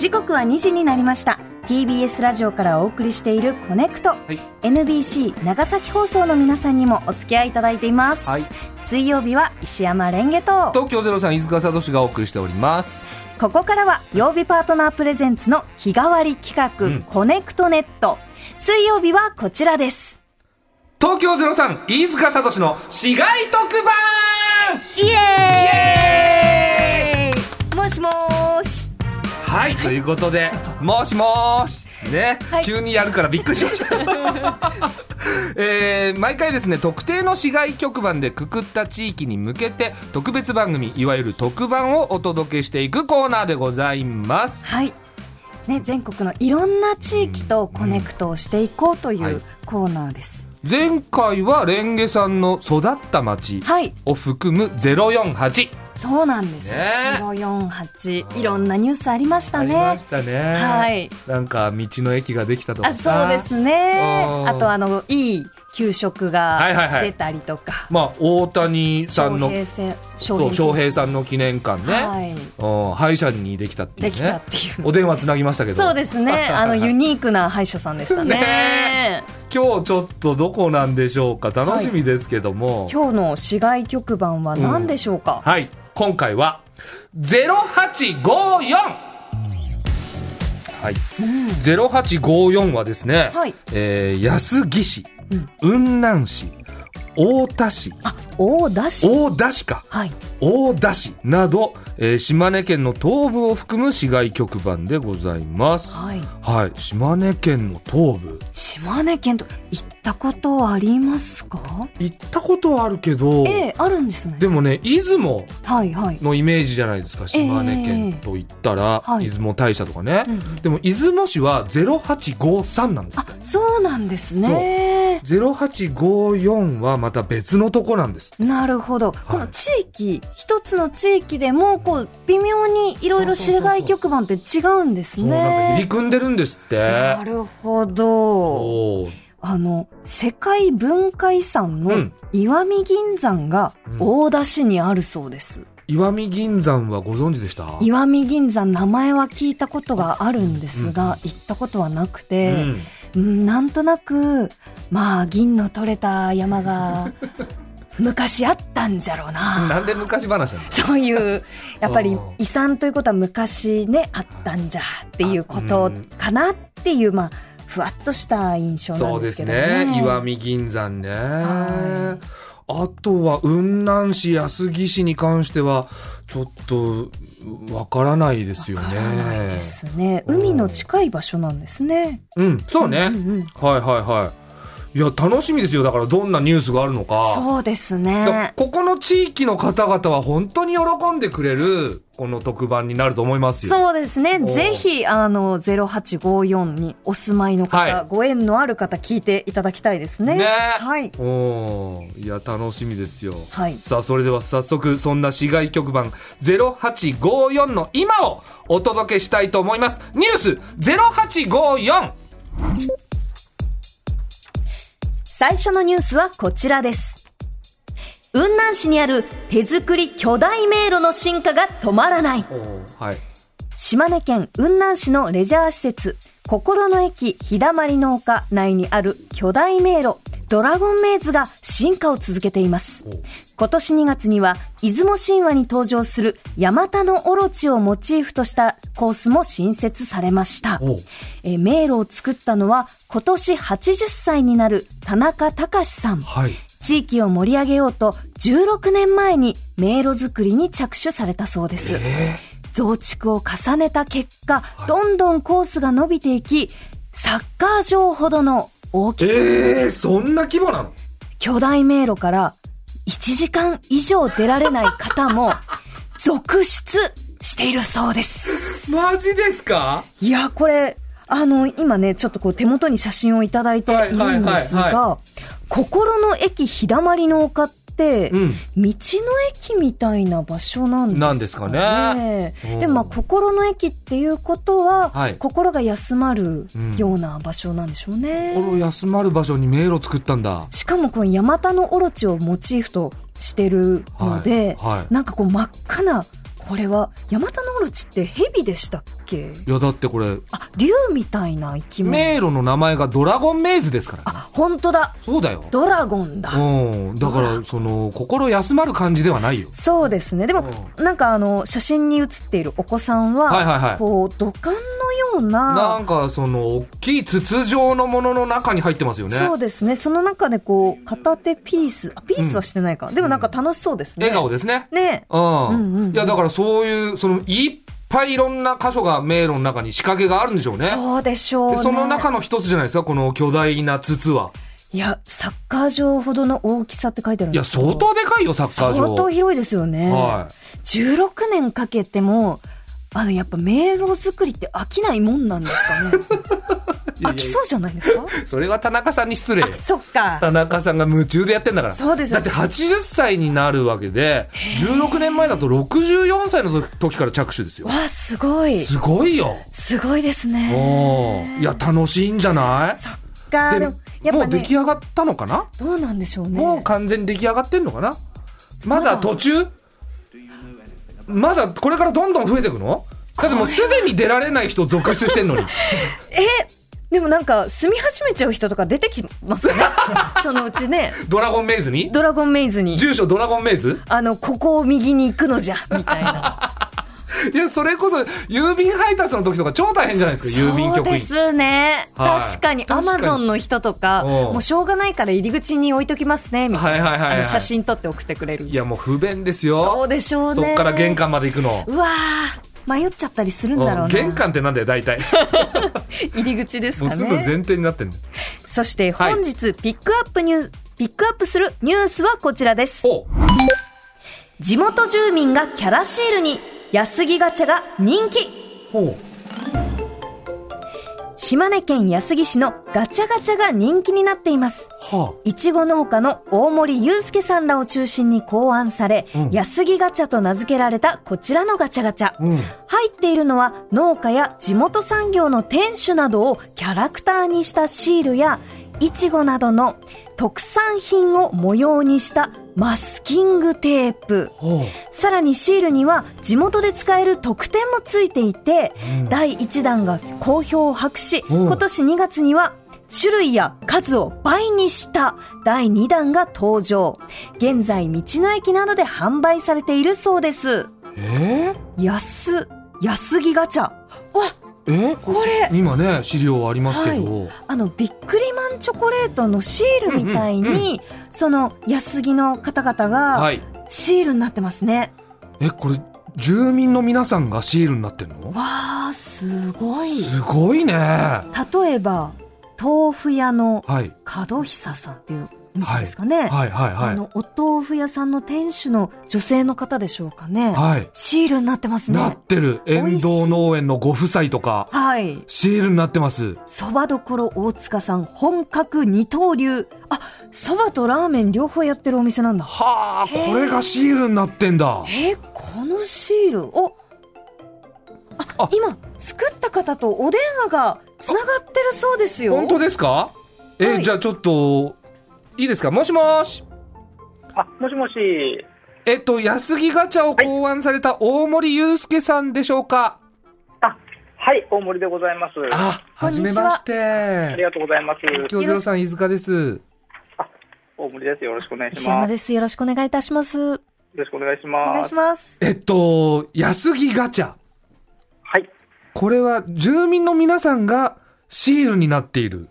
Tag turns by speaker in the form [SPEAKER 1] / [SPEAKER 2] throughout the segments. [SPEAKER 1] 時刻は2時になりました TBS ラジオからお送りしている「コネクト」
[SPEAKER 2] い
[SPEAKER 1] NBC 長崎放送の皆さんにもお付き合いいただいています、
[SPEAKER 2] はい
[SPEAKER 1] 水曜日は石山レンゲと
[SPEAKER 2] 東京ゼロさん飯塚聡がお送りしております
[SPEAKER 1] ここからは曜日パートナープレゼンツの日替わり企画、
[SPEAKER 2] うん
[SPEAKER 1] コネクトネット水曜日はこちらです
[SPEAKER 2] 東京ゼロさん飯塚聡の市街特番
[SPEAKER 1] イエーイもしもーし
[SPEAKER 2] はいということでもしもーしね、
[SPEAKER 1] はい
[SPEAKER 2] 急にやるからびっくりしました えー毎回ですね特定の市街局番でくくった地域に向けて特別番組いわゆる特番をお届けしていくコーナーでございます
[SPEAKER 1] はいね、全国のいろんな地域とコネクトをしていこうとい
[SPEAKER 2] はいう
[SPEAKER 1] コーナーです。
[SPEAKER 2] 前回はレンゲさんの育った町
[SPEAKER 1] はい、
[SPEAKER 2] を含む048
[SPEAKER 1] そうなんですよ。
[SPEAKER 2] ねえ
[SPEAKER 1] 048いろんなニュースありましたね。
[SPEAKER 2] ありましたね。
[SPEAKER 1] はい。
[SPEAKER 2] なんか道の駅ができたとか
[SPEAKER 1] あ、そう
[SPEAKER 2] さ
[SPEAKER 1] ですね。
[SPEAKER 2] うん
[SPEAKER 1] あとあのいい給食
[SPEAKER 2] はいはい
[SPEAKER 1] が
[SPEAKER 2] はい
[SPEAKER 1] 出たりとか、
[SPEAKER 2] まあ大谷さんの
[SPEAKER 1] 翔平選
[SPEAKER 2] そう
[SPEAKER 1] 翔
[SPEAKER 2] 翔
[SPEAKER 1] 平
[SPEAKER 2] 平さんの記念館ね、
[SPEAKER 1] はい、
[SPEAKER 2] うん歯医者にできたってい
[SPEAKER 1] で
[SPEAKER 2] う
[SPEAKER 1] きた
[SPEAKER 2] ね
[SPEAKER 1] っ。ていう。
[SPEAKER 2] お電話つなぎましたけど。
[SPEAKER 1] そうです ね。あのユニークな歯医者さんでしたね。
[SPEAKER 2] ね今日ちょっとどこなんでしょうか楽しみですけども。
[SPEAKER 1] 今日の市外局番は何でしょうか。
[SPEAKER 2] はい。今回は0854。はい。
[SPEAKER 1] うん
[SPEAKER 2] 0854はですね、
[SPEAKER 1] はい
[SPEAKER 2] えー安来市、
[SPEAKER 1] うん
[SPEAKER 2] 雲南市、太田市、
[SPEAKER 1] あ、大田市。
[SPEAKER 2] 大田市か。
[SPEAKER 1] はい。
[SPEAKER 2] 大田市など、えー島根県の東部を含む市街局番でございます。
[SPEAKER 1] はい。
[SPEAKER 2] はい、島根県の東部。
[SPEAKER 1] 島根県と行ったことありますか
[SPEAKER 2] 行ったことはあるけど、
[SPEAKER 1] ええあるんですね
[SPEAKER 2] でもね、出雲
[SPEAKER 1] はいはい、
[SPEAKER 2] のイメージじゃないですか、島根県と言ったら、
[SPEAKER 1] ええはい
[SPEAKER 2] 出雲大社とかね。
[SPEAKER 1] うんうん
[SPEAKER 2] でも、出雲市は0853なんです
[SPEAKER 1] あ
[SPEAKER 2] って。
[SPEAKER 1] そうなんですね
[SPEAKER 2] 0854はまた別のとこなんです。
[SPEAKER 1] なるほど、この地域一つの地域でもこう微妙にいろいろ市外局番って違うんです
[SPEAKER 2] そうなんか入
[SPEAKER 1] ね
[SPEAKER 2] り組んでるんですって
[SPEAKER 1] な。るほど
[SPEAKER 2] おー
[SPEAKER 1] あの世界文化遺産
[SPEAKER 2] う
[SPEAKER 1] の
[SPEAKER 2] ん
[SPEAKER 1] 石見銀山が
[SPEAKER 2] うん
[SPEAKER 1] 大田市にあるそうです、
[SPEAKER 2] 石見銀山はご存知でした
[SPEAKER 1] 石見銀山名前は聞いたことがあるんですが、行ったことはなくて、
[SPEAKER 2] う
[SPEAKER 1] う
[SPEAKER 2] ん
[SPEAKER 1] ん、なんとなくまあ銀の取れた山が 昔あったんじゃろうな
[SPEAKER 2] なんで昔話なの
[SPEAKER 1] そういうやっぱり
[SPEAKER 2] おう
[SPEAKER 1] 遺産ということは昔ねあったんじゃっていうことかなっていうまあふわっとした印象な
[SPEAKER 2] そ
[SPEAKER 1] ん
[SPEAKER 2] う
[SPEAKER 1] で
[SPEAKER 2] です
[SPEAKER 1] け
[SPEAKER 2] す
[SPEAKER 1] どね。
[SPEAKER 2] ね。石見銀山ね。
[SPEAKER 1] は
[SPEAKER 2] あとは、雲南市、安来市に関しては、ちょっと、わからないですよ
[SPEAKER 1] わ
[SPEAKER 2] ね。
[SPEAKER 1] からないですね。
[SPEAKER 2] うん
[SPEAKER 1] 海の近い場所なんですね。
[SPEAKER 2] うん、そうね。
[SPEAKER 1] んうんうん
[SPEAKER 2] はいはいはい。いや、楽しみですよ。だから、どんなニュースがあるのか。
[SPEAKER 1] そうです
[SPEAKER 2] だから
[SPEAKER 1] ね。
[SPEAKER 2] ここの地域の方々は本当に喜んでくれる、この特番になると思いますよ。
[SPEAKER 1] そうですね。
[SPEAKER 2] おう
[SPEAKER 1] ぜひ、あの、0854にお住まいの方、
[SPEAKER 2] はい
[SPEAKER 1] ご縁のある方聞いていただきたいですね。
[SPEAKER 2] ね
[SPEAKER 1] はい。
[SPEAKER 2] おーいや楽しみですよ、
[SPEAKER 1] はい
[SPEAKER 2] さあそれでは早速そんな市外局番0854の今をお届けしたいと思いますニュース0854
[SPEAKER 1] 最初のニュースはこちらです。雲南市にある手作り巨大迷路の進化が止まらない。
[SPEAKER 2] はい
[SPEAKER 1] 島根県雲南市のレジャー施設、心の駅日だまりの丘内にある巨大迷路、ドラゴンメイズが進化を続けています。今年2月には、出雲神話に登場するヤマタノオロチをモチーフとしたコースも新設されました。
[SPEAKER 2] おう
[SPEAKER 1] えー迷路を作ったのは今年80歳になる田中隆さん。
[SPEAKER 2] はい
[SPEAKER 1] 地域を盛り上げようと16年前に迷路作りに着手されたそうです。増築を重ねた結果、どんどんコースが伸びていき、サッカー場ほどの大きさ、
[SPEAKER 2] えー、そんな規模なの
[SPEAKER 1] 巨大迷路から1時間以上出られない方も続出しているそうです。
[SPEAKER 2] マジですか
[SPEAKER 1] いや、これ、あの、今ね、ちょっとこう手元に写真をいただいている
[SPEAKER 2] はい
[SPEAKER 1] ん
[SPEAKER 2] はいはい
[SPEAKER 1] ですが、心の駅日だまりの丘って、
[SPEAKER 2] うん
[SPEAKER 1] 道の駅みたいな場所なんですかね。
[SPEAKER 2] なんですかねうん
[SPEAKER 1] でもまあ心の駅っていうことは、
[SPEAKER 2] はい
[SPEAKER 1] 心が休まる
[SPEAKER 2] うん
[SPEAKER 1] ような場所なんでしょうね。
[SPEAKER 2] 心休まる場所に迷路作ったんだ
[SPEAKER 1] しかもこのヤマタノオロチをモチーフとしてるので、
[SPEAKER 2] はいはい
[SPEAKER 1] なんかこう真っ赤なこれはヤマタノオロチって蛇でしたっけ？け
[SPEAKER 2] いやだってこれ
[SPEAKER 1] あ竜みたいな生き物
[SPEAKER 2] 迷路の名前がドラゴンメイズですからね
[SPEAKER 1] あ本当だ
[SPEAKER 2] そうだよ
[SPEAKER 1] ドラゴンだ
[SPEAKER 2] うんだからその心休まる感じではないよ
[SPEAKER 1] そうですねでもなんかあの写真に写っているお子さんは,、
[SPEAKER 2] はいはいはい
[SPEAKER 1] こう土管のよう
[SPEAKER 2] な
[SPEAKER 1] な、
[SPEAKER 2] んかその大きい筒状のものの中に入ってますよね
[SPEAKER 1] そうですねその中でこう片手ピースあピースはしてないか、でもなんか楽しそうですね
[SPEAKER 2] 笑顔
[SPEAKER 1] で
[SPEAKER 2] ですね
[SPEAKER 1] ね
[SPEAKER 2] うん,、
[SPEAKER 1] うんうんうん
[SPEAKER 2] いやだからそういうそのいっぱいいろんな箇所が迷路の中に仕掛けがあるんでしょうね
[SPEAKER 1] そうでしょう、ね、
[SPEAKER 2] でその中の一つじゃないですかこの巨大な筒はい
[SPEAKER 1] やサッカー場ほどの大きさって書いてあるん
[SPEAKER 2] いや
[SPEAKER 1] ですけど
[SPEAKER 2] 相当でかいよサッカー場
[SPEAKER 1] 相当広いですよね、
[SPEAKER 2] は
[SPEAKER 1] 16年かけてもあのやっぱ迷路作りって飽きないもんなんですかね
[SPEAKER 2] い、い
[SPEAKER 1] 飽
[SPEAKER 2] やいや
[SPEAKER 1] きそうじゃないですか
[SPEAKER 2] それは田中さんに失礼よ
[SPEAKER 1] そっか
[SPEAKER 2] 田中さんが夢中でやってんだから
[SPEAKER 1] そうです
[SPEAKER 2] だ
[SPEAKER 1] よ
[SPEAKER 2] って80歳になるわけで16年前だと64歳の時から着手ですよ
[SPEAKER 1] わあすごい
[SPEAKER 2] すごいよ
[SPEAKER 1] すごいです
[SPEAKER 2] お
[SPEAKER 1] ね
[SPEAKER 2] ーいや楽しいんじゃない
[SPEAKER 1] そっかでもやっ
[SPEAKER 2] も
[SPEAKER 1] ぱ
[SPEAKER 2] う出
[SPEAKER 1] ね
[SPEAKER 2] 来上がったのかな、
[SPEAKER 1] どうなんでしょうね
[SPEAKER 2] もう完全に出来上がってんのかなまだ途中まだこれからどんどん増えていくのだってもうすでに出られない人続出してん のに
[SPEAKER 1] でもなんか住み始めちゃう人とか出てきますよね そのうちね
[SPEAKER 2] ドラゴンメイズに
[SPEAKER 1] ドラゴンメイズに
[SPEAKER 2] 住所ドラゴンメイズ
[SPEAKER 1] あのここを右に行くのじゃみたいな
[SPEAKER 2] いやそれこそ郵便配達の時とか超大変じゃないですか郵便
[SPEAKER 1] そう
[SPEAKER 2] 局
[SPEAKER 1] で
[SPEAKER 2] 員
[SPEAKER 1] すね、
[SPEAKER 2] はい
[SPEAKER 1] 確かにア
[SPEAKER 2] 確か
[SPEAKER 1] マ
[SPEAKER 2] に
[SPEAKER 1] ゾンの人とか
[SPEAKER 2] うん
[SPEAKER 1] もうしょうがないから入り口に置いときますねみたいな、
[SPEAKER 2] はいはいはいはい
[SPEAKER 1] あの写真撮って送ってくれる
[SPEAKER 2] いやもう不便です
[SPEAKER 1] そう
[SPEAKER 2] よ
[SPEAKER 1] でしょうね
[SPEAKER 2] そっから玄関まで行くの
[SPEAKER 1] うわー迷っちゃったりするんだろうな
[SPEAKER 2] うん玄関ってなんだよ大体
[SPEAKER 1] 入り口です
[SPEAKER 2] もう
[SPEAKER 1] か
[SPEAKER 2] すぐ
[SPEAKER 1] ね
[SPEAKER 2] 前提になってんの
[SPEAKER 1] そして
[SPEAKER 2] はい
[SPEAKER 1] 本日ピックアップニュース、ピックアップするニュースはこちらです
[SPEAKER 2] お
[SPEAKER 1] 地元住民がキャラシールに安木ガチャが人気
[SPEAKER 2] お
[SPEAKER 1] 島根県安木市のガチャガチャが人気になっています
[SPEAKER 2] はい
[SPEAKER 1] ちご農家の大森祐介さんらを中心に考案され、
[SPEAKER 2] うん
[SPEAKER 1] 安木ガチャと名付けられたこちらのガチャガチャ。
[SPEAKER 2] あうん
[SPEAKER 1] 入っているのは農家や地元産業の店主などをキャラクターにしたシールや、いちごなどの特産品を模様にしたマスキングテープ。
[SPEAKER 2] おう
[SPEAKER 1] さらにシールには地元で使える特典もついていて、
[SPEAKER 2] うん
[SPEAKER 1] 第1弾が好評を博し、
[SPEAKER 2] うん
[SPEAKER 1] 今年2月には種類や数を倍にした第2弾が登場。現在、道の駅などで販売されているそうです。
[SPEAKER 2] えー
[SPEAKER 1] 安、安木ガチャ。わ、
[SPEAKER 2] え
[SPEAKER 1] これ、
[SPEAKER 2] 今ね資料ありますけど、
[SPEAKER 1] あの、ビックリマンチョコレートのシールみたいに、
[SPEAKER 2] うんうん
[SPEAKER 1] その安木の方々
[SPEAKER 2] は
[SPEAKER 1] が
[SPEAKER 2] い、
[SPEAKER 1] シールになってますね。
[SPEAKER 2] えこれ住民の皆さんがシールになってんの
[SPEAKER 1] わー、すごい。
[SPEAKER 2] すごいねは
[SPEAKER 1] 例えば、豆腐屋の
[SPEAKER 2] いはい
[SPEAKER 1] 門久さんっていうお店ですかね。
[SPEAKER 2] はい
[SPEAKER 1] あ
[SPEAKER 2] は
[SPEAKER 1] の、お豆腐屋さんの店主の女性の方でしょうかね。
[SPEAKER 2] いはい
[SPEAKER 1] シールになってます
[SPEAKER 2] なっ
[SPEAKER 1] ね。
[SPEAKER 2] てる
[SPEAKER 1] 美
[SPEAKER 2] 遠
[SPEAKER 1] 味しい
[SPEAKER 2] 藤農園のご夫妻とか
[SPEAKER 1] はい。
[SPEAKER 2] シールになってます
[SPEAKER 1] そばどころ大塚さん、本格二刀流。あ、そばとラーメン両方やってるお店なんだ。
[SPEAKER 2] はあ
[SPEAKER 1] へえ
[SPEAKER 2] これがシールになってんだ
[SPEAKER 1] えー、このシール、お、あ
[SPEAKER 2] あ、
[SPEAKER 1] 今、作った方とお電話が繋がってるそうですよ。
[SPEAKER 2] 本当ですかえ、
[SPEAKER 1] はい
[SPEAKER 2] じゃあちょっといいですかもしもし
[SPEAKER 3] あ、もしもし。
[SPEAKER 2] えっと安木ガチャを考案された大森祐介さんでしょうか、
[SPEAKER 3] あ、はい、大森でございます。あ
[SPEAKER 2] あはじめまして
[SPEAKER 3] りがとうございます。
[SPEAKER 2] 京ゼロさん飯塚です
[SPEAKER 3] 大森です。よろしくお願いし
[SPEAKER 1] 石山
[SPEAKER 3] ます。よ
[SPEAKER 1] です。よろしくお願いいたします。お
[SPEAKER 3] ろしくお願いし
[SPEAKER 1] 願
[SPEAKER 3] ま
[SPEAKER 1] い
[SPEAKER 3] す
[SPEAKER 1] し。ます。
[SPEAKER 2] えっと安木ガチャ
[SPEAKER 3] はい。
[SPEAKER 2] これは住民の皆さんがシールになっている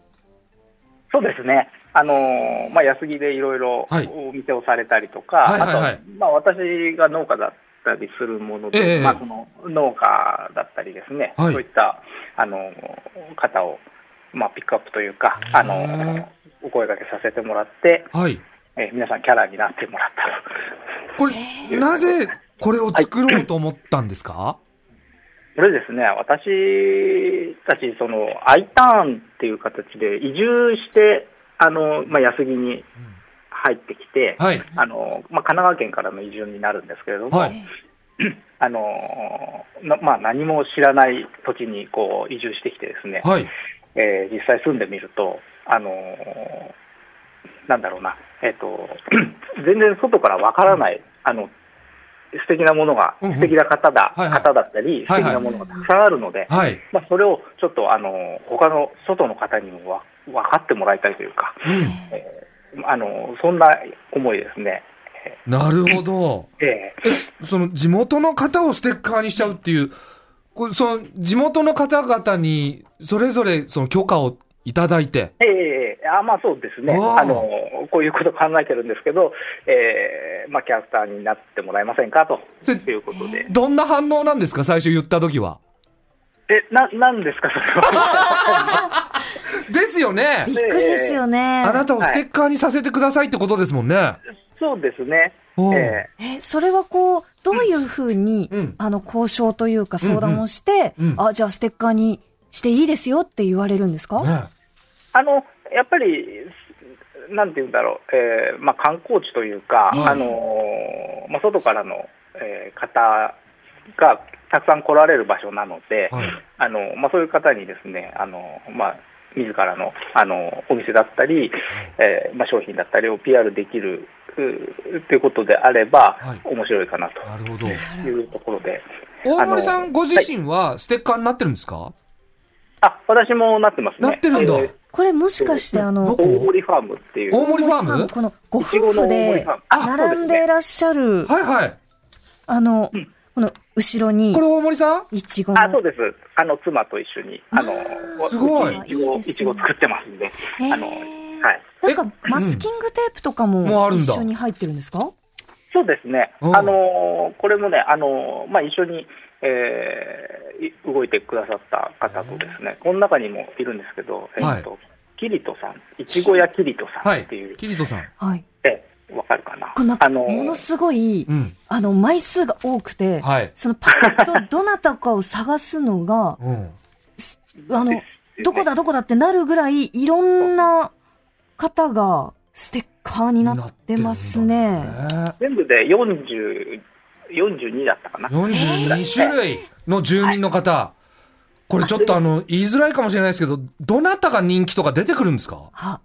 [SPEAKER 3] そうですね。あのーまあ、安木でいろいろ
[SPEAKER 2] はい
[SPEAKER 3] お店をされたりとか、
[SPEAKER 2] はいはいはい
[SPEAKER 3] あと、まあ、私が農家だったりするもの
[SPEAKER 2] え
[SPEAKER 3] で、
[SPEAKER 2] え
[SPEAKER 3] まあ、その農家だったりですね、
[SPEAKER 2] はい
[SPEAKER 3] そういった、あのー方を、まあ、ピックアップというか、あの
[SPEAKER 2] へ
[SPEAKER 3] ー
[SPEAKER 2] え
[SPEAKER 3] お声掛けさせてもらって、
[SPEAKER 2] はい
[SPEAKER 3] えー皆さんキャラになってもらったと。
[SPEAKER 2] これなぜこれを作ろうと思ったんですか、
[SPEAKER 3] それですね、私たち、その、I ターンっていう形で移住して、あの、まあ、安木に入ってきて、
[SPEAKER 2] はい
[SPEAKER 3] あの、まあ、神奈川県からの移住になるんですけれども、
[SPEAKER 2] はい
[SPEAKER 3] あの、なまあ、何も知らない土地にこう移住してきてですね、
[SPEAKER 2] はい
[SPEAKER 3] えー実際住んでみると、あの、 なんだろうな、えっ、と、全然外からわからない、あの、素敵なものが、
[SPEAKER 2] うんうん
[SPEAKER 3] 素敵な方だ、
[SPEAKER 2] はいはい
[SPEAKER 3] 方だったり、素
[SPEAKER 2] はいはい
[SPEAKER 3] 敵なものがたくさんあるので、
[SPEAKER 2] はい。
[SPEAKER 3] まあ、それをちょっと、あの、他の外の方にもわ分かってもらいたいというか、
[SPEAKER 2] うん。
[SPEAKER 3] あの、そんな思いですね。
[SPEAKER 2] なるほど。
[SPEAKER 3] ええ
[SPEAKER 2] え、その地元の方をステッカーにしちゃうっていう、これその地元の方々にそれぞれその許可をいただいて、
[SPEAKER 3] えええあまあそうですね
[SPEAKER 2] おー
[SPEAKER 3] あの、こういうこと考えてるんですけど、ええまあ、キャラクターになってもらえませんかと
[SPEAKER 2] それ
[SPEAKER 3] いうことで、
[SPEAKER 2] どんな反応なんですか最初言った時は。
[SPEAKER 3] えななんですか、それ は。
[SPEAKER 2] ですよね
[SPEAKER 1] びっくりですよね。
[SPEAKER 2] あなたをステッカーにさせてくださいってことですもんね。
[SPEAKER 3] そうですね、
[SPEAKER 2] おう
[SPEAKER 3] ええ
[SPEAKER 1] え、それはこう、どういうふうに、
[SPEAKER 2] うん
[SPEAKER 1] あの、交渉というか相談をして、
[SPEAKER 2] うんうんうん
[SPEAKER 1] あ、じゃあステッカーにしていいですよって言われるんですか、
[SPEAKER 2] ね
[SPEAKER 3] あのやっぱり、なんていうんだろう、えーまあ、観光地というか、
[SPEAKER 2] はい
[SPEAKER 3] あのーまあ、外からの、えー方がたくさん来られる場所なので、
[SPEAKER 2] はい
[SPEAKER 3] あのまあ、そういう方にですね、あのまあ、自らのあのお店だったり、えーまあ、商品だったりを PR できるうということであれば、
[SPEAKER 2] はい
[SPEAKER 3] 面白いかな
[SPEAKER 2] なるほど。
[SPEAKER 1] な
[SPEAKER 3] とい
[SPEAKER 1] る
[SPEAKER 3] うところで、
[SPEAKER 2] 大森さ
[SPEAKER 3] あの
[SPEAKER 2] んご自身はステッカーになってるんですか
[SPEAKER 3] あ私もなってますね。
[SPEAKER 2] なってるんだ
[SPEAKER 3] えー
[SPEAKER 1] これもしかしてあの、
[SPEAKER 2] どこ
[SPEAKER 3] 大森ファームっていう。
[SPEAKER 2] 大森ファーム
[SPEAKER 1] このご夫婦で
[SPEAKER 3] あそうですね
[SPEAKER 1] 並んでいらっしゃる、
[SPEAKER 2] はいはい。
[SPEAKER 1] あの、この後ろに
[SPEAKER 2] こ、れ大森さん
[SPEAKER 1] いちご
[SPEAKER 3] あ、そ
[SPEAKER 1] の
[SPEAKER 3] う、です。あの、妻と一緒に、あの、
[SPEAKER 2] すごい
[SPEAKER 3] いちご、
[SPEAKER 1] いいですね
[SPEAKER 3] いちご作ってますんで、
[SPEAKER 1] へー
[SPEAKER 3] あの、はい。
[SPEAKER 1] なんかマスキングテープとか
[SPEAKER 2] うんもうあ
[SPEAKER 1] も
[SPEAKER 2] るん
[SPEAKER 1] 一
[SPEAKER 2] だ
[SPEAKER 1] 緒に入ってるんですか
[SPEAKER 3] そうですね。
[SPEAKER 2] うん
[SPEAKER 3] あの、これもね、あの、まあ、一緒に、えーい動いてくださった方とですね、この中にもいるんですけど、えっと、キリトさん、いちごやキリトさ
[SPEAKER 2] は
[SPEAKER 3] んっ
[SPEAKER 2] い
[SPEAKER 3] ていう、。
[SPEAKER 2] キリトさん。
[SPEAKER 1] はい。
[SPEAKER 3] え、わかるかな
[SPEAKER 1] これなんか、
[SPEAKER 3] あの、
[SPEAKER 1] ものすごい、
[SPEAKER 2] うん。
[SPEAKER 1] あの、枚数が多くて、
[SPEAKER 2] はい。、
[SPEAKER 1] そのパッとどなたかを探すのが
[SPEAKER 2] うん。
[SPEAKER 1] あの、どこだどこだってなるぐらい、いろんな方がステッカーになってますね。
[SPEAKER 3] 全部で40、42だったかな。
[SPEAKER 2] 42種類の住民の方、これちょっとあの、言いづらいかもしれないですけど、どなたが人気とか出てくるんですか
[SPEAKER 1] あ、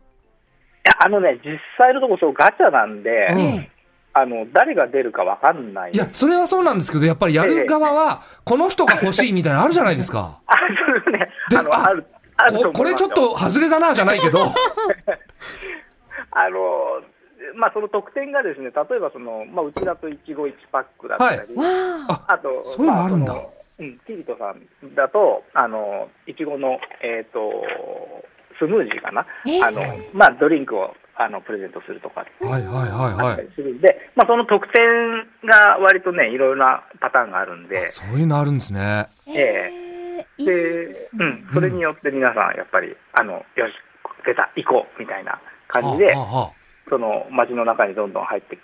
[SPEAKER 3] いやあのね、実際のところ、そうガチャなんで、
[SPEAKER 2] うん
[SPEAKER 1] え
[SPEAKER 3] あの、誰が出るかわかんない。
[SPEAKER 2] いや、それはそうなんですけど、やっぱりやる側は、この人が欲しいみたいなのあるじゃないですか。
[SPEAKER 3] あ、それね、
[SPEAKER 2] で
[SPEAKER 3] あの、
[SPEAKER 2] あ
[SPEAKER 3] ある、あると思
[SPEAKER 2] こ
[SPEAKER 3] いますよ
[SPEAKER 2] これちょっ。と外れだな、じゃないけど。
[SPEAKER 3] あの、まあ、その特典がですね、例えばその、まあ、うちだといちご1パックだったり、
[SPEAKER 2] は
[SPEAKER 1] えわあ、
[SPEAKER 2] あ、
[SPEAKER 3] あと、
[SPEAKER 2] そういうのあるんだ
[SPEAKER 3] まそのうん、キリトさんだと、あの、いちごの、えっ、と、スムージーかな、
[SPEAKER 1] え
[SPEAKER 3] あの、まあ、ドリンクを、あの、プレゼントするとか
[SPEAKER 2] はいはいはい
[SPEAKER 3] あ
[SPEAKER 2] は
[SPEAKER 3] った
[SPEAKER 2] い
[SPEAKER 3] り。するんで、まあ、その特典が割とね、いろいろなパターンがあるんで、
[SPEAKER 2] そういうのあるんですね。
[SPEAKER 3] え
[SPEAKER 1] えいい
[SPEAKER 3] で
[SPEAKER 1] です
[SPEAKER 3] う
[SPEAKER 1] ね。
[SPEAKER 3] ん、それによって皆さん、やっぱり、あのよし、出た、行こうみたいな感じで
[SPEAKER 2] あ、ああ
[SPEAKER 3] その街の中にどんどん入ってき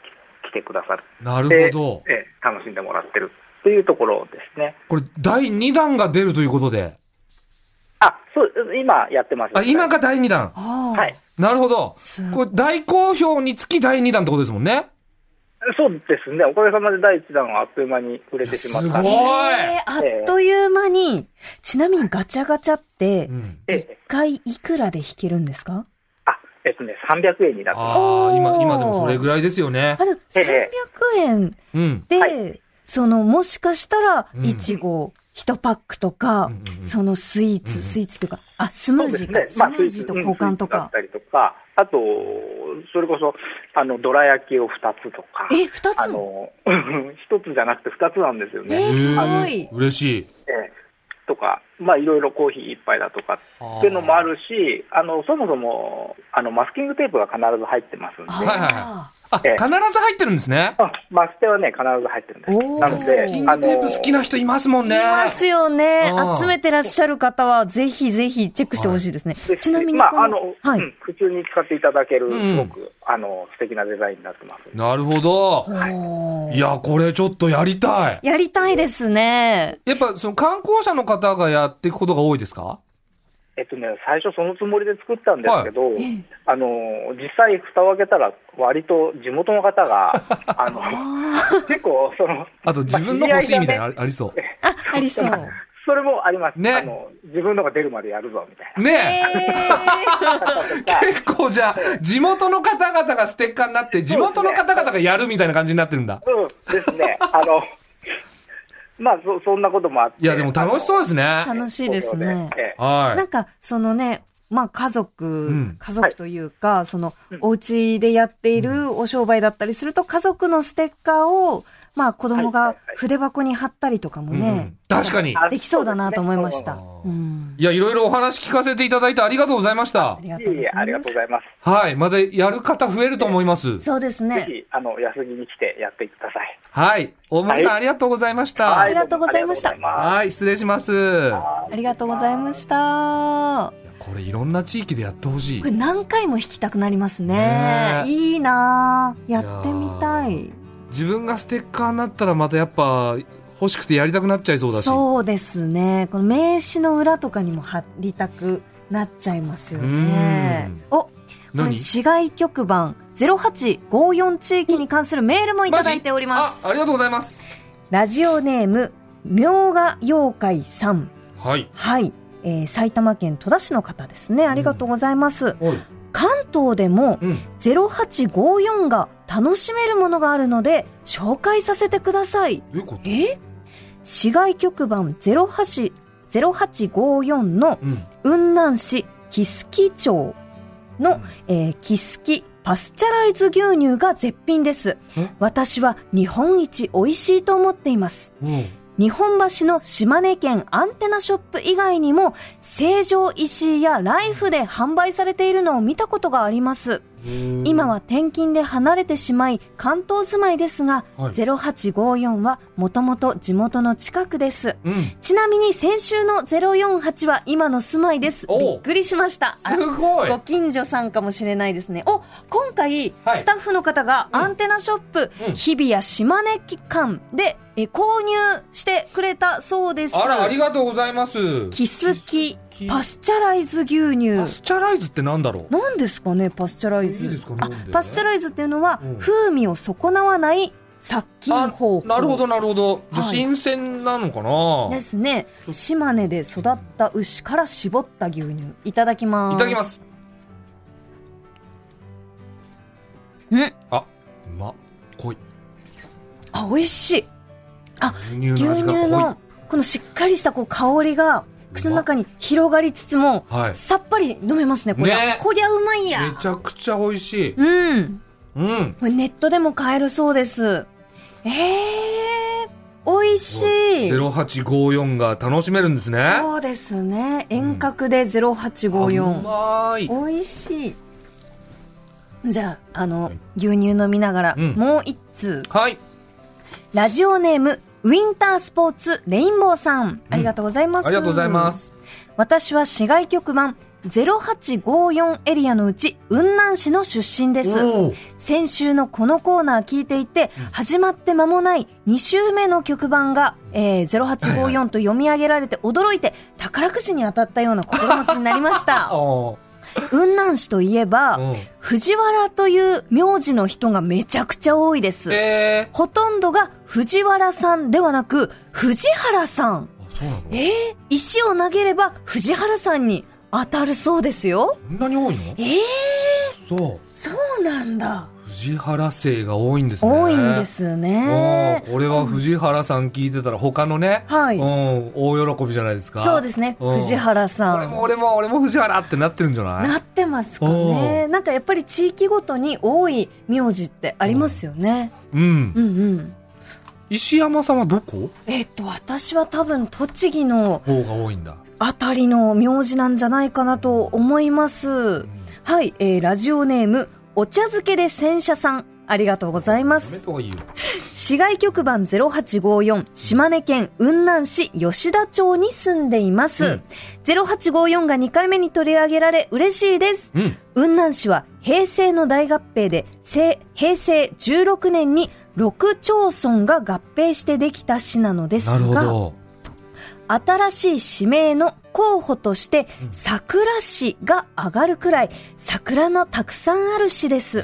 [SPEAKER 3] 来てくださっ
[SPEAKER 2] な
[SPEAKER 3] て
[SPEAKER 2] るほど。
[SPEAKER 3] ええ楽しんでもらってるっていうところですね。
[SPEAKER 2] これ、第2弾が出るということで。
[SPEAKER 3] あそう今やってます、
[SPEAKER 2] あ、今が第2弾。
[SPEAKER 1] ああ、
[SPEAKER 3] はい、
[SPEAKER 2] なるほど。
[SPEAKER 1] すごい
[SPEAKER 2] これ、大好評につき第2弾ってことですもんね。
[SPEAKER 3] そうですね、おかげさまで第一弾はあっという間に売れてしまったん
[SPEAKER 2] い
[SPEAKER 3] で、
[SPEAKER 2] やおい
[SPEAKER 1] えーあっという間に、ちなみにガチャガチャって
[SPEAKER 2] う、ん。
[SPEAKER 3] ええ
[SPEAKER 1] 一回いくらで引けるんですか
[SPEAKER 3] あえっとね、300円になってます。
[SPEAKER 2] ああ、今、
[SPEAKER 1] おー
[SPEAKER 2] 今でもそれぐらいですよね
[SPEAKER 1] あ、。でも
[SPEAKER 3] え
[SPEAKER 1] 300
[SPEAKER 3] え
[SPEAKER 1] 円
[SPEAKER 2] うん。
[SPEAKER 1] で、
[SPEAKER 3] は
[SPEAKER 1] その、もしかしたら
[SPEAKER 2] う、ん
[SPEAKER 1] いちご1パックとか、
[SPEAKER 2] うんうんうん
[SPEAKER 1] そのスイー
[SPEAKER 2] うんう
[SPEAKER 1] ツ、
[SPEAKER 2] ん
[SPEAKER 1] スイーツというか、あ、スム
[SPEAKER 3] そ
[SPEAKER 1] ージ
[SPEAKER 3] うです
[SPEAKER 1] ーか、
[SPEAKER 3] ね
[SPEAKER 1] ス
[SPEAKER 3] まあ
[SPEAKER 1] ムージーと交換とか
[SPEAKER 3] ス。イーツだったりとか、あと、それこそ、あの、どら焼きを2つとか。
[SPEAKER 1] え、2
[SPEAKER 3] あ
[SPEAKER 1] つも
[SPEAKER 3] の、 一つじゃなくて二つなんですよ
[SPEAKER 1] え
[SPEAKER 3] ね。
[SPEAKER 1] ーすご
[SPEAKER 2] へ
[SPEAKER 1] い
[SPEAKER 2] ー。嬉しい。
[SPEAKER 3] ええとか、まあいろいろコーヒー一杯だとか
[SPEAKER 2] っ
[SPEAKER 3] っていうのもあ。るし、あの、そもそも、あの、マスキングテープが必ず入ってますんで、
[SPEAKER 1] あ
[SPEAKER 2] いはい
[SPEAKER 1] あ
[SPEAKER 2] あ、
[SPEAKER 3] ええ
[SPEAKER 2] 必ず入ってるんですね。
[SPEAKER 3] あマステはね、必ず入ってるんです
[SPEAKER 1] おー。
[SPEAKER 3] なので
[SPEAKER 2] キン、
[SPEAKER 3] あ
[SPEAKER 2] グ
[SPEAKER 3] の、
[SPEAKER 2] テープ好きな人いますもん
[SPEAKER 1] い
[SPEAKER 2] ね。
[SPEAKER 1] ますよね
[SPEAKER 2] うん。
[SPEAKER 1] 集めてらっしゃる方は、ぜひぜひチェックしてほしいですね。
[SPEAKER 3] で
[SPEAKER 1] ちなみに
[SPEAKER 3] ま
[SPEAKER 1] こ
[SPEAKER 3] あ、あ
[SPEAKER 1] の、
[SPEAKER 3] の、
[SPEAKER 1] は
[SPEAKER 3] う
[SPEAKER 1] い
[SPEAKER 3] ん。普通に使っていただける、
[SPEAKER 2] うん
[SPEAKER 3] すごく、あの、素敵なデザインになってます。
[SPEAKER 2] なるほど。
[SPEAKER 1] おー
[SPEAKER 2] いや、これちょっとやりたい。
[SPEAKER 1] やりたいですね。
[SPEAKER 2] やっぱ、その観光者の方がやっていくことが多いですか
[SPEAKER 3] えっとね、最初そのつもりで作ったんですけど、
[SPEAKER 1] ええ
[SPEAKER 3] あの、実際蓋を開けたら、割と地元の 方が、あの、
[SPEAKER 1] あ
[SPEAKER 3] 結構、その、
[SPEAKER 2] あと自分の欲しいみたいなのありありそ
[SPEAKER 1] ーあ、ありそう。
[SPEAKER 3] それもあります。
[SPEAKER 2] ね。
[SPEAKER 3] あの、自分のが出るまでやるぞ、みたいう
[SPEAKER 1] え
[SPEAKER 2] ね
[SPEAKER 1] ー
[SPEAKER 2] え。結構じゃあ、地元の方々がステッカーになって、地元の方々がやるみたいな感じになってるんだ。
[SPEAKER 3] な。うん。ですね。あの、 まあ、そ、そんなこともあって。
[SPEAKER 2] いや、でも楽しそうですね。
[SPEAKER 1] 楽しいですね。
[SPEAKER 3] ええ
[SPEAKER 2] は
[SPEAKER 1] なんか、そのね、まあ家族、
[SPEAKER 2] ん
[SPEAKER 1] 家族というか、その、お家でやっているお商売だったりすると、家族のステッカーを、まあ子供
[SPEAKER 3] はい
[SPEAKER 1] が
[SPEAKER 3] はいはい
[SPEAKER 1] 筆箱に貼ったりとかも
[SPEAKER 2] い。
[SPEAKER 1] ね、
[SPEAKER 2] うん確かに。
[SPEAKER 3] あ
[SPEAKER 1] できそうだなと思いました。
[SPEAKER 2] そう
[SPEAKER 1] う
[SPEAKER 2] ですね
[SPEAKER 1] ん。
[SPEAKER 2] いや、いろいろお話聞かせていただいてありがとうございました
[SPEAKER 1] あ。りがと
[SPEAKER 3] いうえ
[SPEAKER 1] ご
[SPEAKER 3] いえ、あ
[SPEAKER 1] ざ
[SPEAKER 3] り
[SPEAKER 1] い
[SPEAKER 3] が
[SPEAKER 1] ま
[SPEAKER 3] とう
[SPEAKER 1] す
[SPEAKER 3] ご。ざいます。
[SPEAKER 2] はい。まだやる方増えると思います。
[SPEAKER 1] そうです
[SPEAKER 3] ぜ
[SPEAKER 1] ね。
[SPEAKER 3] ひ、あの、安木に来てやってください。
[SPEAKER 2] はい。大森さん、
[SPEAKER 3] はい
[SPEAKER 2] ありがとうございました。
[SPEAKER 1] あ
[SPEAKER 2] は
[SPEAKER 1] り
[SPEAKER 2] い、
[SPEAKER 1] がとうございました
[SPEAKER 3] ありがとうございま
[SPEAKER 2] 失礼します。
[SPEAKER 3] す
[SPEAKER 1] ありがとうございました。
[SPEAKER 2] これいろんな地域でやってほしい
[SPEAKER 1] これ。何回も弾きたくなります
[SPEAKER 2] ね
[SPEAKER 1] ね。
[SPEAKER 2] え
[SPEAKER 1] いいなぁ。やってみた
[SPEAKER 2] い
[SPEAKER 1] い。
[SPEAKER 2] 自分がステッカーになったらまたやっぱ欲しくてやりたくなっちゃいそうだし。
[SPEAKER 1] そうですね。この名刺の裏とかにも貼りたくなっちゃいますよね
[SPEAKER 2] うん。
[SPEAKER 1] お、これ
[SPEAKER 2] 何
[SPEAKER 1] 市外局番0854地域に関するメールもいただいておりま
[SPEAKER 2] あ、
[SPEAKER 1] す。
[SPEAKER 2] ありがとうございます。
[SPEAKER 1] ラジオネーム、明賀妖怪さん。
[SPEAKER 2] はい。
[SPEAKER 1] はい。えー埼玉県戸田市の方ですね。ありがとうございます。
[SPEAKER 2] はい。
[SPEAKER 1] 関東でも
[SPEAKER 2] うん。
[SPEAKER 1] 0854が楽しめるものがあるので紹介させてください。
[SPEAKER 2] どういうこと
[SPEAKER 1] え市外局番08 0854の
[SPEAKER 2] うん。
[SPEAKER 1] 雲南市木月町の、えー、木月パスチャライズ牛乳が絶品です
[SPEAKER 2] え。
[SPEAKER 1] 私は日本一美味しいと思っています。
[SPEAKER 2] うん。
[SPEAKER 1] 日本橋の島根県アンテナショップ以外にも成城石井やライフで販売されているのを見たことがあります。今は転勤で離れてしまい関東住まいですが、
[SPEAKER 2] はい
[SPEAKER 1] 0854はもともと地元の近くです
[SPEAKER 2] うん。す
[SPEAKER 1] ちなみに先週の048は今の住まいです
[SPEAKER 2] おう
[SPEAKER 1] びっくりしましたあ
[SPEAKER 2] ごい。
[SPEAKER 1] ご近所さんかもしれないですねお今回、
[SPEAKER 2] はい
[SPEAKER 1] スタッフの方が
[SPEAKER 2] ん
[SPEAKER 1] アンテナショップ、
[SPEAKER 2] うん
[SPEAKER 1] 日比谷島根館でえ購入してくれたそうです
[SPEAKER 2] あら、ありがとうございます。
[SPEAKER 1] キスキ
[SPEAKER 2] キ
[SPEAKER 1] パスチャライズ牛乳
[SPEAKER 2] パスチャライズってなんだろう
[SPEAKER 1] 何ですかねパスチャライズ
[SPEAKER 2] いいですか
[SPEAKER 1] あ
[SPEAKER 2] 飲んで
[SPEAKER 1] パスチャライズっていうのは、
[SPEAKER 2] うん
[SPEAKER 1] 風味を損なわない殺菌方法
[SPEAKER 2] なるほどなるほどじゃあ
[SPEAKER 1] はい
[SPEAKER 2] 新鮮なのかな、
[SPEAKER 1] ですね
[SPEAKER 2] と
[SPEAKER 1] 島根で育った牛から絞った牛乳いただきます
[SPEAKER 2] いただきます
[SPEAKER 1] うん
[SPEAKER 2] あうまっ濃い
[SPEAKER 1] あ美味しい
[SPEAKER 2] 牛乳の
[SPEAKER 1] 牛
[SPEAKER 2] 味
[SPEAKER 1] 乳
[SPEAKER 2] が濃い
[SPEAKER 1] のこのしっかりしたこう香りが口の中に広がりつつも、
[SPEAKER 2] はい
[SPEAKER 1] さっぱり飲めますねこりゃ
[SPEAKER 2] ね
[SPEAKER 1] こりゃうまいや
[SPEAKER 2] めちゃくちゃ美味しい
[SPEAKER 1] うん
[SPEAKER 2] うん
[SPEAKER 1] これネットでも買えるそうですええー、美味しい
[SPEAKER 2] 0854が楽しめるんですね
[SPEAKER 1] そうですね遠隔で0854、
[SPEAKER 2] あうまい
[SPEAKER 1] 美味しいじゃああの牛乳飲みながら、
[SPEAKER 2] うん
[SPEAKER 1] もう一通
[SPEAKER 2] はい
[SPEAKER 1] ラジオネームウィンタースポーツレインボーさんありがとうございます、
[SPEAKER 2] ありがとうございます
[SPEAKER 1] 私は市外局番0854エリアのうち雲南市の出身です
[SPEAKER 2] おー
[SPEAKER 1] 先週のこのコーナー聞いていて、始まって間もない2週目の局番が、えー
[SPEAKER 2] はい
[SPEAKER 1] 0854と読み上げられて驚いて宝くじに当たったような心持ちになりまし た
[SPEAKER 2] あ
[SPEAKER 1] 雲南市といえば、
[SPEAKER 2] あうん
[SPEAKER 1] 藤原という名字の人がめちゃくちゃ多いです。
[SPEAKER 2] え
[SPEAKER 1] ほとんどが藤原さんではなく、藤原さん。
[SPEAKER 2] ー、あそうなの
[SPEAKER 1] えー、石を投げれば藤原さんに当たるそうですよ。
[SPEAKER 2] こんなに多いの
[SPEAKER 1] えー、
[SPEAKER 2] そう
[SPEAKER 1] そうなんだ。
[SPEAKER 2] 藤原姓が多いんですね
[SPEAKER 1] 多いんですす
[SPEAKER 2] も
[SPEAKER 1] ね。
[SPEAKER 2] うこれは藤原さん聞いてたら他のね、
[SPEAKER 1] はい
[SPEAKER 2] うん、大喜びじゃないですか
[SPEAKER 1] そうですね。
[SPEAKER 2] うん
[SPEAKER 1] 藤原さ
[SPEAKER 2] 俺も
[SPEAKER 1] ん。
[SPEAKER 2] 俺も俺も藤原ってなってるんじゃない
[SPEAKER 1] なってますかね。なんかやっぱり地域ごとに多い名字ってありますよね。
[SPEAKER 2] うん
[SPEAKER 1] うんうん。
[SPEAKER 2] 石山さんはどこ
[SPEAKER 1] えっと、私は多分栃木の
[SPEAKER 2] 方が多いんだ、
[SPEAKER 1] あたりの名字なんじゃないかなと思います。はい、えー、ラジオネーム、お茶漬けで洗車さん。ありがとうございま
[SPEAKER 2] やめ
[SPEAKER 1] す。
[SPEAKER 2] た方がいいよ
[SPEAKER 1] 市外局番0854、島根県雲南市吉田町に住んでいます。
[SPEAKER 2] うん
[SPEAKER 1] 0854が2回目に取り上げられ嬉しいです。
[SPEAKER 2] うん
[SPEAKER 1] 雲南市は平成の大合併で、せ平成16年に6町村が合併してできた市なのです
[SPEAKER 2] な
[SPEAKER 1] が、
[SPEAKER 2] るほど
[SPEAKER 1] 新しい指名の候補として、桜市が上がるくらい、桜のたくさんある市です。
[SPEAKER 2] へ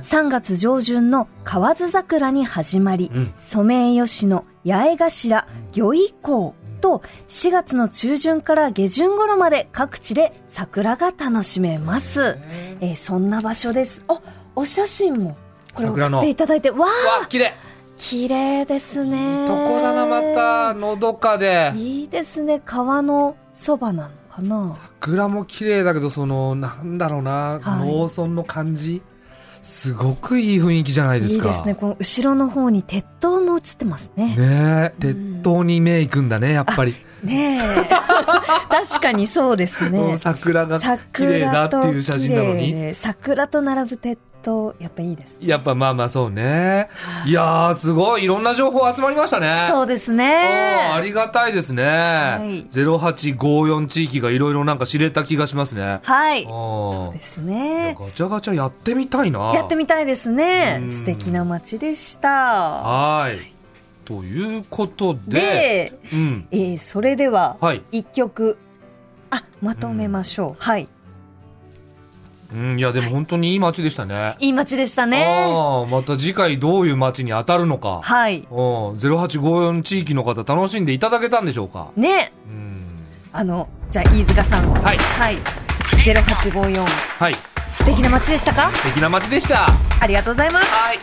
[SPEAKER 2] え
[SPEAKER 1] 3月上旬の河津桜に始まり、
[SPEAKER 2] うん
[SPEAKER 1] ソメイヨシノ、八重頭、余以降と、4月の中旬から下旬頃まで各地で桜が楽しめます。えーそんな場所です。あ、お写真も。これ
[SPEAKER 2] 桜の
[SPEAKER 1] 送っていただいて、わ
[SPEAKER 2] わ
[SPEAKER 1] あ
[SPEAKER 2] 綺麗
[SPEAKER 1] 綺麗ですね。
[SPEAKER 2] とこだな、また、のどかで。
[SPEAKER 1] いいですね。川のそばなのかな。
[SPEAKER 2] 桜も綺麗だけど、その、なんだろうな、
[SPEAKER 1] はい
[SPEAKER 2] 農村の感じ。すごくいい雰囲気じゃないです
[SPEAKER 1] いい
[SPEAKER 2] か。
[SPEAKER 1] ですね。この後ろの方に鉄塔も映ってますね。
[SPEAKER 2] ねえ、鉄塔に目いくんだね、やっぱり。
[SPEAKER 1] ねえ。 確かにそうです
[SPEAKER 2] う
[SPEAKER 1] ね
[SPEAKER 2] ん。桜が綺麗だ
[SPEAKER 1] 桜
[SPEAKER 2] って
[SPEAKER 1] と
[SPEAKER 2] いう写
[SPEAKER 1] 綺
[SPEAKER 2] 真なのに。
[SPEAKER 1] 麗で桜と並ぶ鉄塔、やっぱいいです。
[SPEAKER 2] やっぱまあまあそうね。いやー、すごい。いろんな情報集まりましたね。
[SPEAKER 1] そうです
[SPEAKER 2] あーあ
[SPEAKER 1] ね。
[SPEAKER 2] りがたいですね。
[SPEAKER 1] い
[SPEAKER 2] 0854地域がいろいろなんか知れた気がしますね。
[SPEAKER 1] はい。
[SPEAKER 2] そ
[SPEAKER 1] そうです
[SPEAKER 2] ガ
[SPEAKER 1] ね。
[SPEAKER 2] チャガチャやってみたいな。
[SPEAKER 1] やってみたいですね
[SPEAKER 2] う。ん
[SPEAKER 1] 素敵な街でした。
[SPEAKER 2] はーい。ということで、
[SPEAKER 1] で、
[SPEAKER 2] うん。
[SPEAKER 1] えーそれでは、
[SPEAKER 2] はい。
[SPEAKER 1] 一曲、あ、まとめましょう。はい。
[SPEAKER 2] うん、いや、でも本当にいい街でしたね。
[SPEAKER 1] いい街でしたね。
[SPEAKER 2] ああ、また次回どういう街に当たるのか。
[SPEAKER 1] はい。
[SPEAKER 2] うん、0854地域の方楽しんでいただけたんでしょうか。
[SPEAKER 1] ね。
[SPEAKER 2] うん。
[SPEAKER 1] あの、じゃあ、飯塚さん。
[SPEAKER 2] はい
[SPEAKER 1] はい。0854。
[SPEAKER 2] はい。
[SPEAKER 1] 素敵な街でしたか
[SPEAKER 2] 素敵な街でした。
[SPEAKER 1] ありがとうございます。
[SPEAKER 2] はい。